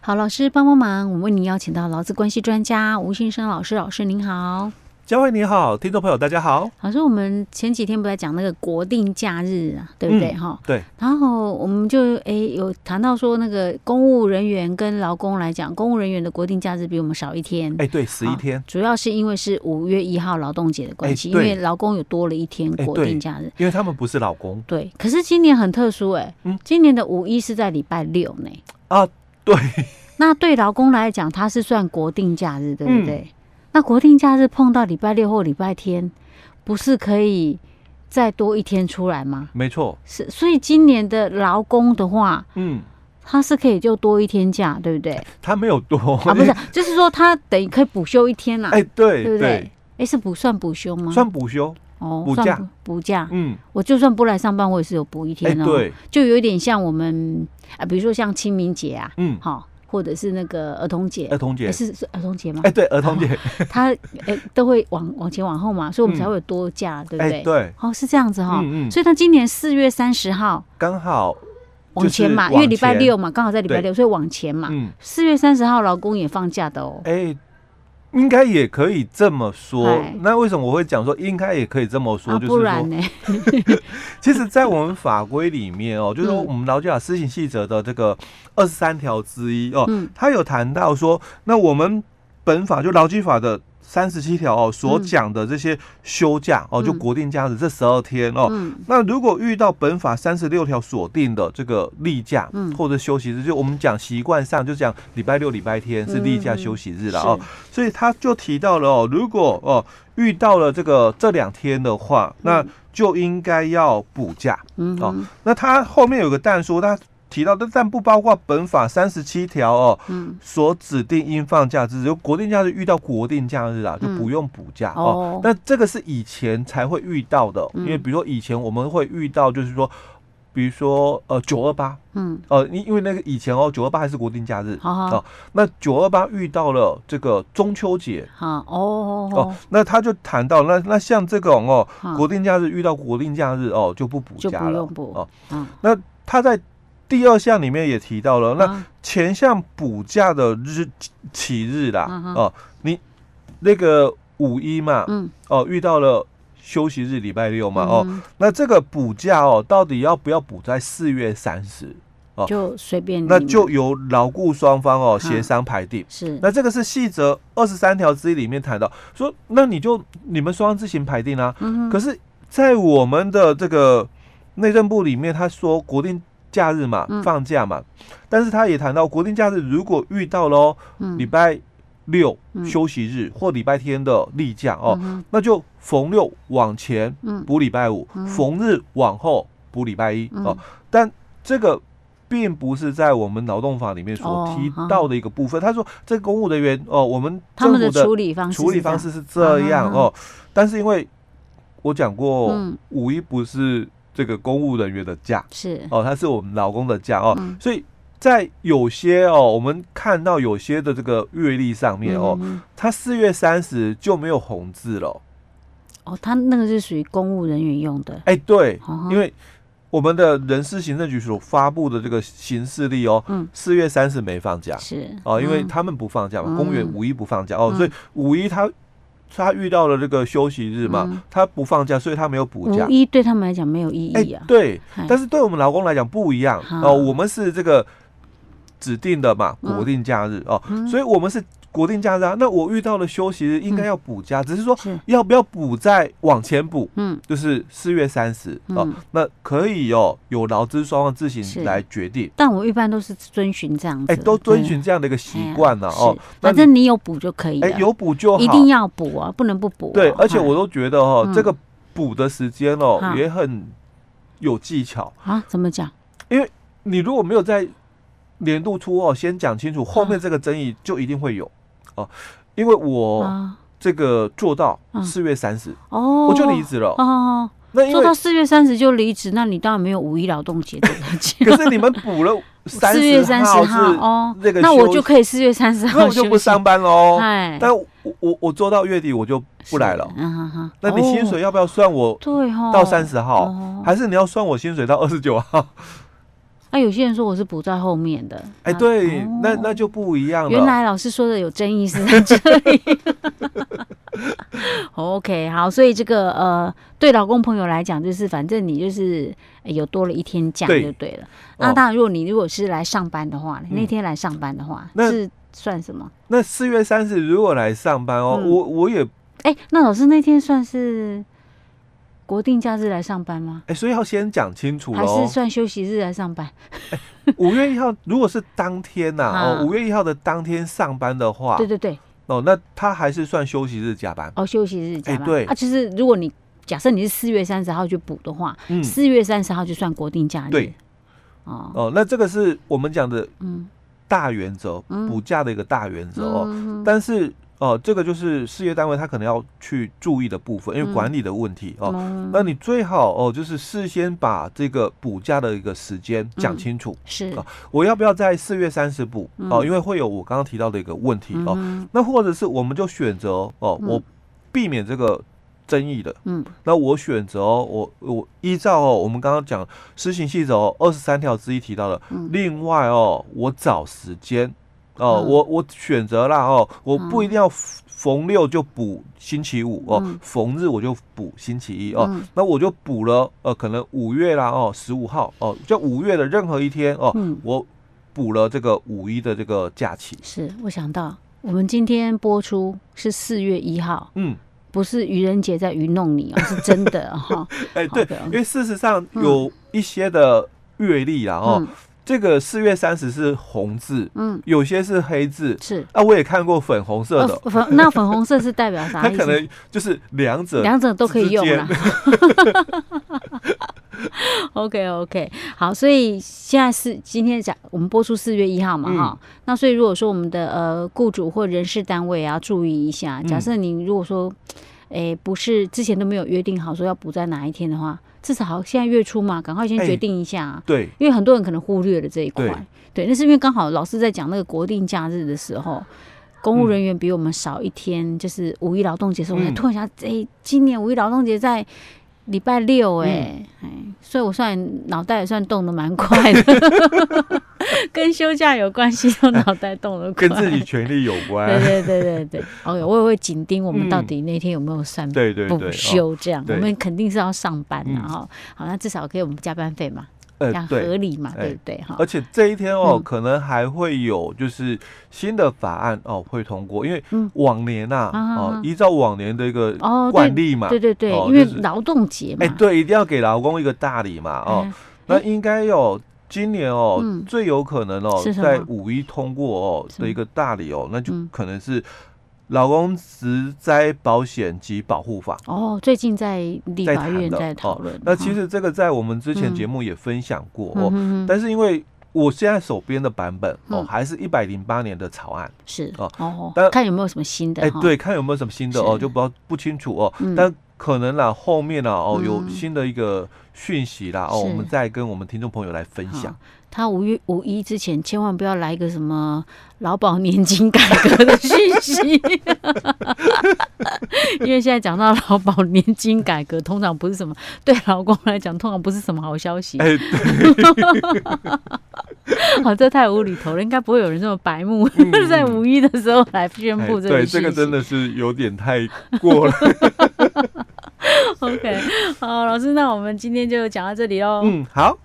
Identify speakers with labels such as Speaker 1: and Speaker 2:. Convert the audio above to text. Speaker 1: 好，老师帮帮忙，我们为您邀请到劳资关系专家吴先生老师，老师您好。
Speaker 2: 佳慧你好，听众朋友大家好。
Speaker 1: 老师，我们前几天不在讲那个国定假日啊，对不对？
Speaker 2: 嗯
Speaker 1: 哈、
Speaker 2: 对，
Speaker 1: 然后我们就诶有谈到说，那个公务人员跟劳工来讲，公务人员的国定假日比我们少一天。
Speaker 2: 哎，对，十一
Speaker 1: 好
Speaker 2: 天，
Speaker 1: 主要是因为是五月一号劳动节的关系，因
Speaker 2: 哎对
Speaker 1: 为劳工有多了一天
Speaker 2: 哎
Speaker 1: 国
Speaker 2: 对
Speaker 1: 定假日。
Speaker 2: 因为他们不是老公
Speaker 1: 对，可是今年很特殊哎、
Speaker 2: 嗯
Speaker 1: 今年的五一是在礼拜六呢。
Speaker 2: 啊。对，
Speaker 1: 那对劳工来讲，它是算国定假日，对不
Speaker 2: 嗯
Speaker 1: 对？那国定假日碰到礼拜六或礼拜天，不是可以再多一天出来吗？
Speaker 2: 没错，
Speaker 1: 是，所以今年的劳工的话，
Speaker 2: 嗯，
Speaker 1: 他是可以就多一天假，对不 对？
Speaker 2: 他没有多
Speaker 1: 啊，不是，就是说他等于可以补休一天啦、
Speaker 2: 哎，对
Speaker 1: 对不对
Speaker 2: 对，？
Speaker 1: 哎，是不算补休吗？
Speaker 2: 算补休，
Speaker 1: 哦，
Speaker 2: 补
Speaker 1: 算
Speaker 2: 假
Speaker 1: 补假。
Speaker 2: 嗯，
Speaker 1: 我就算不来上班，我也是有补一
Speaker 2: 哎，
Speaker 1: 天哦。，
Speaker 2: 对，
Speaker 1: 就有点像我们啊，比如说像清明节啊，
Speaker 2: 嗯，
Speaker 1: 好，或者是那个儿童节
Speaker 2: 儿，童
Speaker 1: 诶，
Speaker 2: 节
Speaker 1: 是哦是儿童节吗？
Speaker 2: 哎，对，儿童节，
Speaker 1: 他诶都会往往前往后嘛，所以我们
Speaker 2: 嗯
Speaker 1: 才会有多假，对不
Speaker 2: 哎，
Speaker 1: 对？
Speaker 2: 对，
Speaker 1: 哦，是这样子哈、
Speaker 2: 嗯嗯
Speaker 1: 所以他今年四月三十号
Speaker 2: 刚好，
Speaker 1: 往前嘛，
Speaker 2: 就是
Speaker 1: 因
Speaker 2: 往
Speaker 1: 为礼拜
Speaker 2: 前
Speaker 1: 六嘛，刚好在礼拜六，所以往前嘛。
Speaker 2: 嗯，
Speaker 1: 四、月三十号，劳工也放假的哦。
Speaker 2: 哎。应该也可以这么说
Speaker 1: 哎。
Speaker 2: 那为什么我会讲说应该也可以这么说？
Speaker 1: 啊，
Speaker 2: 就是
Speaker 1: 不然
Speaker 2: 说，
Speaker 1: 呢？
Speaker 2: 其实，在我们法规里面哦，就是说
Speaker 1: 嗯
Speaker 2: 我们劳基法施行细则的这个二十三条之一哦，
Speaker 1: 嗯，
Speaker 2: 他有谈到说，那我们本法就劳基法的三十七条哦所讲的这些休假、哦，就
Speaker 1: 嗯
Speaker 2: 国定假日这十二天哦。
Speaker 1: 嗯
Speaker 2: 那如果遇到本法三十六条所定的这个例假，
Speaker 1: 嗯
Speaker 2: 或者休息日，就我们讲习惯上就讲礼拜六、礼拜天是例假
Speaker 1: 嗯
Speaker 2: 休息日
Speaker 1: 是
Speaker 2: 了哦，所以他就提到了哦，如果哦遇到了这个这两天的话，那就应该要补假。
Speaker 1: 嗯
Speaker 2: 哦
Speaker 1: 哼
Speaker 2: 那他后面有个但说，他提到的但不包括本法三十七条哦，
Speaker 1: 嗯，
Speaker 2: 所指定应放假日，就国定假日遇到国定假日啊，就
Speaker 1: 嗯
Speaker 2: 不用补假、哦。
Speaker 1: 哦，
Speaker 2: 那这个是以前才会遇到的，哦
Speaker 1: 嗯
Speaker 2: 因为比如说以前我们会遇到，就是说，比如说呃九二八
Speaker 1: 嗯，
Speaker 2: 呃，因因为那个以前哦九二八还是国定假日，
Speaker 1: 好好
Speaker 2: 哦那九二八遇到了这个中秋节。
Speaker 1: 好哦
Speaker 2: 哦，那他就谈到那那像这种哦，
Speaker 1: 哦
Speaker 2: 国定假日遇到国定假日哦，就不补
Speaker 1: 就
Speaker 2: 假
Speaker 1: 不
Speaker 2: 了
Speaker 1: 用补
Speaker 2: 哦。
Speaker 1: 嗯，
Speaker 2: 那他在第二项里面也提到了，那
Speaker 1: 啊
Speaker 2: 前项补假的日起日啦，
Speaker 1: 嗯哼
Speaker 2: 哦，你那个五一嘛，
Speaker 1: 嗯
Speaker 2: 哦，遇到了休息日礼拜六嘛，哦，
Speaker 1: 嗯
Speaker 2: 那这个补假哦，到底要不要补在四月三十？哦
Speaker 1: 就随便你
Speaker 2: 那
Speaker 1: 们
Speaker 2: 就由劳雇双方哦
Speaker 1: 嗯
Speaker 2: 协商排定。
Speaker 1: 是
Speaker 2: 那这个是细则二十三条之一里面谈到，说那你就你们双方自行排定啊。
Speaker 1: 嗯哼
Speaker 2: 可是，在我们的这个内政部里面，他说国定假日嘛，
Speaker 1: 嗯
Speaker 2: 放假嘛，但是他也谈到国定假日如果遇到喽
Speaker 1: 嗯
Speaker 2: 礼拜六
Speaker 1: 嗯
Speaker 2: 休息日或礼拜天的例假哦，
Speaker 1: 嗯哼
Speaker 2: 那就逢六往前
Speaker 1: 嗯
Speaker 2: 补礼拜五，
Speaker 1: 嗯
Speaker 2: 逢日往后补礼拜一哦。但这个并不是在我们劳动法里面
Speaker 1: 哦
Speaker 2: 所提到的一个部分。他说，这公务人员哦，我们
Speaker 1: 他
Speaker 2: 政
Speaker 1: 们
Speaker 2: 府
Speaker 1: 的
Speaker 2: 的
Speaker 1: 处理方式
Speaker 2: 处理
Speaker 1: 是这样
Speaker 2: 方式是这样
Speaker 1: 啊
Speaker 2: 哦，但是因为我讲过
Speaker 1: 嗯，
Speaker 2: 五一不是这个公务人员的假
Speaker 1: 是
Speaker 2: 哦，它是我们劳工的假哦
Speaker 1: 嗯，
Speaker 2: 所以在有些哦，我们看到有些的这个月历上面哦，
Speaker 1: 嗯
Speaker 2: 它四月三十就没有红字了。
Speaker 1: 哦，他那个是属于公务人员用的，
Speaker 2: 哎，对，
Speaker 1: 哦
Speaker 2: 因为我们的人事行政局所发布的这个行事历哦
Speaker 1: 嗯，
Speaker 2: 四月三十没放假
Speaker 1: 是
Speaker 2: 哦，因为
Speaker 1: 嗯
Speaker 2: 他们不放假嘛，
Speaker 1: 嗯
Speaker 2: 公务员五一不放假哦，
Speaker 1: 嗯
Speaker 2: 所以五一他他遇到了这个休息日嘛，
Speaker 1: 嗯
Speaker 2: 他不放假，所以他没有补假
Speaker 1: 五。一对他们来讲没有意义啊，
Speaker 2: 对，
Speaker 1: 哎
Speaker 2: 但是对我们劳工来讲不一样
Speaker 1: 哈
Speaker 2: 哦，我们是这个指定的嘛，
Speaker 1: 嗯
Speaker 2: 国定假日哦，
Speaker 1: 嗯
Speaker 2: 所以我们是国定假日啊。那我遇到了休息日，应该要补假，只是说
Speaker 1: 是
Speaker 2: 要不要补再往前补，
Speaker 1: 嗯
Speaker 2: 就是四月三十哦
Speaker 1: 嗯，
Speaker 2: 那可以哦，有劳资双方自
Speaker 1: 是
Speaker 2: 行来决定。
Speaker 1: 但我一般都是遵循这样子，
Speaker 2: 哎，都遵
Speaker 1: 对
Speaker 2: 循这样的一个习
Speaker 1: 哎呀
Speaker 2: 惯了哦
Speaker 1: 是。
Speaker 2: 那
Speaker 1: 反
Speaker 2: 你
Speaker 1: 正你有补就可以
Speaker 2: 哎
Speaker 1: 了，
Speaker 2: 有补就好，
Speaker 1: 一定要补啊，不能不补啊。
Speaker 2: 对，而且我都觉得哦，
Speaker 1: 嗯
Speaker 2: 这个补的时间哦
Speaker 1: 哈
Speaker 2: 也很有技巧。
Speaker 1: 哎啊怎么讲？
Speaker 2: 你如果没有在年度初哦先讲清楚，后面这个争议就一定会有哦。因为我
Speaker 1: 啊
Speaker 2: 这个做到
Speaker 1: 嗯
Speaker 2: 四月三十，
Speaker 1: 哦，
Speaker 2: 我就离职了。
Speaker 1: 哦，
Speaker 2: 那因
Speaker 1: 做
Speaker 2: 为
Speaker 1: 到四月三十就离职，那你当然没有五一劳动节这个 节
Speaker 2: 可是你们补了 三
Speaker 1: 四月三
Speaker 2: 号
Speaker 1: 十
Speaker 2: 是
Speaker 1: 号哦，
Speaker 2: 那个
Speaker 1: 那我
Speaker 2: 休
Speaker 1: 就可以四月三十
Speaker 2: 那
Speaker 1: 号
Speaker 2: 我就
Speaker 1: 休
Speaker 2: 不
Speaker 1: 息
Speaker 2: 上班喽。
Speaker 1: 哎，
Speaker 2: 但我我我做到月底我就不来了
Speaker 1: 是。嗯哼哼，
Speaker 2: 那你薪水
Speaker 1: 哦
Speaker 2: 要不要算我
Speaker 1: 对哦，
Speaker 2: 到三十号？
Speaker 1: 哦
Speaker 2: 还是你要算我薪水到二十九号？
Speaker 1: 那有些人说我是补在后面的，
Speaker 2: 哎，
Speaker 1: 那
Speaker 2: 对，
Speaker 1: 哦
Speaker 2: 那那就不一样了。哦
Speaker 1: 原来老师说的有争议是在这里。OK，好，所以这个呃，对老公朋友来讲，就是反正你就是呃有多了一天假
Speaker 2: 对
Speaker 1: 就对了。
Speaker 2: 哦
Speaker 1: 那当然，如果你如果是来上班的话，
Speaker 2: 嗯
Speaker 1: 那天来上班的话，
Speaker 2: 那
Speaker 1: 是算什么？
Speaker 2: 那四月三十如果来上班哦，
Speaker 1: 嗯
Speaker 2: 我我也
Speaker 1: 哎、那老师那天算是国定假日来上班吗？
Speaker 2: 哎，所以要先讲清楚
Speaker 1: 还
Speaker 2: 喽
Speaker 1: 是。算休息日来上班？
Speaker 2: 五月一号如果是当天呐、
Speaker 1: 啊
Speaker 2: 哦，五月一号的当天上班的话
Speaker 1: 对，对对，
Speaker 2: 哦，那他还是算休息日加班。
Speaker 1: 哦，休息日加班。
Speaker 2: 对
Speaker 1: 啊，就是如果你假设你是四月三十号去补的话，
Speaker 2: 嗯，
Speaker 1: 四、月三十号就算国定假日。
Speaker 2: 对。
Speaker 1: 哦，
Speaker 2: 哦，那这个是我们讲的
Speaker 1: 嗯，
Speaker 2: 大原则，
Speaker 1: 嗯
Speaker 2: 补假的一个大原则哦。
Speaker 1: 嗯
Speaker 2: 但是哦、这个就是事业单位他可能要去注意的部分，因为
Speaker 1: 嗯
Speaker 2: 管理的问题哦。
Speaker 1: 嗯
Speaker 2: 那你最好哦，就是事先把这个补假的一个时间讲
Speaker 1: 嗯
Speaker 2: 清楚，
Speaker 1: 是
Speaker 2: 啊我要不要在四月三十补哦？
Speaker 1: 嗯
Speaker 2: 因为会有我刚刚提到的一个问题哦。
Speaker 1: 嗯
Speaker 2: 那或者是我们就选择哦，
Speaker 1: 嗯
Speaker 2: 我避免这个争议的，
Speaker 1: 嗯
Speaker 2: 那我选择哦，我我依照哦，我们刚刚讲施行细则哦二十三条之一提到的，
Speaker 1: 嗯
Speaker 2: 另外哦，我找时间哦，
Speaker 1: 嗯
Speaker 2: 我我选择啦哦，我不
Speaker 1: 嗯
Speaker 2: 一定要逢六就补星期五哦，
Speaker 1: 嗯
Speaker 2: 逢日我就补星期一哦，
Speaker 1: 嗯
Speaker 2: 那我就补了呃，可能五月啦哦，十五号哦，就五月的任何一天哦，
Speaker 1: 嗯
Speaker 2: 我补了这个五一的这个假期，
Speaker 1: 是我想到我们今天播出是四月一号，
Speaker 2: 嗯，
Speaker 1: 不是愚人节在愚弄你哦，是真的 哈。
Speaker 2: 哎
Speaker 1: 好
Speaker 2: 对，
Speaker 1: 的
Speaker 2: 因为事实上有一些的阅历啦哦，
Speaker 1: 嗯
Speaker 2: 这个四月三十是红字，
Speaker 1: 嗯
Speaker 2: 有些是黑字。
Speaker 1: 是。
Speaker 2: 啊，我也看过粉红色
Speaker 1: 呃
Speaker 2: 的，
Speaker 1: 粉那粉红色是代 表啥
Speaker 2: 它
Speaker 1: 意
Speaker 2: 可
Speaker 1: 思？
Speaker 2: 能就是两者
Speaker 1: 两者都可以用啊啦
Speaker 2: 之。
Speaker 1: OK OK，好，所以现在是今天讲我们播出四月一号嘛
Speaker 2: 嗯
Speaker 1: 哈、那所以如果说我们的呃雇主或人事单位啊注意一下，假
Speaker 2: 嗯
Speaker 1: 设你如果说诶、不是之前都没有约定好说要补在哪一天的话，至少现在月初嘛，赶快先
Speaker 2: 哎
Speaker 1: 决定一下啊。
Speaker 2: 对，
Speaker 1: 因为很多人可能忽略了这一块
Speaker 2: 对，
Speaker 1: 对，那是因为刚好老师在讲那个国定假日的时候，公务
Speaker 2: 嗯
Speaker 1: 人员比我们少一天，就是五一劳动节的时候，我才
Speaker 2: 嗯
Speaker 1: 突然想，哎、今年五一劳动节在礼拜六、哎、哎，
Speaker 2: 嗯
Speaker 1: 所以我算脑袋也算动的蛮快 的，跟休假有关系，我脑袋动得快，
Speaker 2: 跟自己权利有
Speaker 1: 对
Speaker 2: 关。
Speaker 1: 对对对对，哦，我也会紧盯我们
Speaker 2: 嗯
Speaker 1: 到底那天有没有算
Speaker 2: 对对对，
Speaker 1: 不
Speaker 2: 哦
Speaker 1: 休这样，
Speaker 2: 对
Speaker 1: 我们肯定是要上班的
Speaker 2: 嗯
Speaker 1: 哈、好，那至少给我们加班费嘛，这样
Speaker 2: 呃
Speaker 1: 合
Speaker 2: 对，
Speaker 1: 理嘛，
Speaker 2: 哎
Speaker 1: 对不对哈？
Speaker 2: 而且这一天哦，
Speaker 1: 嗯
Speaker 2: 可能还会有就是新的法案哦会通过，因为
Speaker 1: 嗯
Speaker 2: 往年呐
Speaker 1: 啊啊啊
Speaker 2: 哦，依照往年的一个
Speaker 1: 哦，对
Speaker 2: 惯例嘛，
Speaker 1: 对对对，
Speaker 2: 哦
Speaker 1: 因为
Speaker 2: 就是
Speaker 1: 劳动节嘛，
Speaker 2: 哎对，一定要给劳工一个大礼嘛哦，
Speaker 1: 嗯，
Speaker 2: 那应该有。今年哦，
Speaker 1: 嗯
Speaker 2: 最有可能哦
Speaker 1: 是，什么
Speaker 2: 在五一通过哦
Speaker 1: 什么
Speaker 2: 的一个大礼哦，那就
Speaker 1: 嗯
Speaker 2: 可能是劳工职灾保险及保护法。
Speaker 1: 哦，最近在立
Speaker 2: 在
Speaker 1: 法
Speaker 2: 谈
Speaker 1: 院
Speaker 2: 的
Speaker 1: 在
Speaker 2: 哦
Speaker 1: 讨论，
Speaker 2: 那其实这个在我们之前
Speaker 1: 嗯
Speaker 2: 节目也分享过
Speaker 1: 嗯
Speaker 2: 哦，
Speaker 1: 哼哼
Speaker 2: 但是因为我现在手边的版本哦，
Speaker 1: 嗯
Speaker 2: 还是一百零八年的草案，
Speaker 1: 是
Speaker 2: 哦
Speaker 1: 哦
Speaker 2: 但，
Speaker 1: 看有没有什么新的
Speaker 2: 哎，
Speaker 1: 哈，
Speaker 2: 对，看有没有什么新的哦，
Speaker 1: 是
Speaker 2: 就不要不清楚哦，
Speaker 1: 嗯
Speaker 2: 但可能啦，后面啦哦
Speaker 1: 嗯
Speaker 2: 有新的一个讯息啦哦，
Speaker 1: 是
Speaker 2: 我们再跟我们听众朋友来分
Speaker 1: 好
Speaker 2: 享。
Speaker 1: 他五月五一之前千万不要来一个什么劳保年金改革的讯息， 因为现在讲到劳保年金改革，通常不是什么对劳工来讲，通常不是什么好消息。
Speaker 2: 哎，
Speaker 1: 好，哦这太无厘头了，应该不会有人这么白目， 在五一的时候来宣
Speaker 2: 嗯哎
Speaker 1: 布这个讯
Speaker 2: 对，
Speaker 1: 息。
Speaker 2: 这 个真的是有点太过了。
Speaker 1: OK，好，老师，那我们今天就讲到这里喽。
Speaker 2: 嗯，好，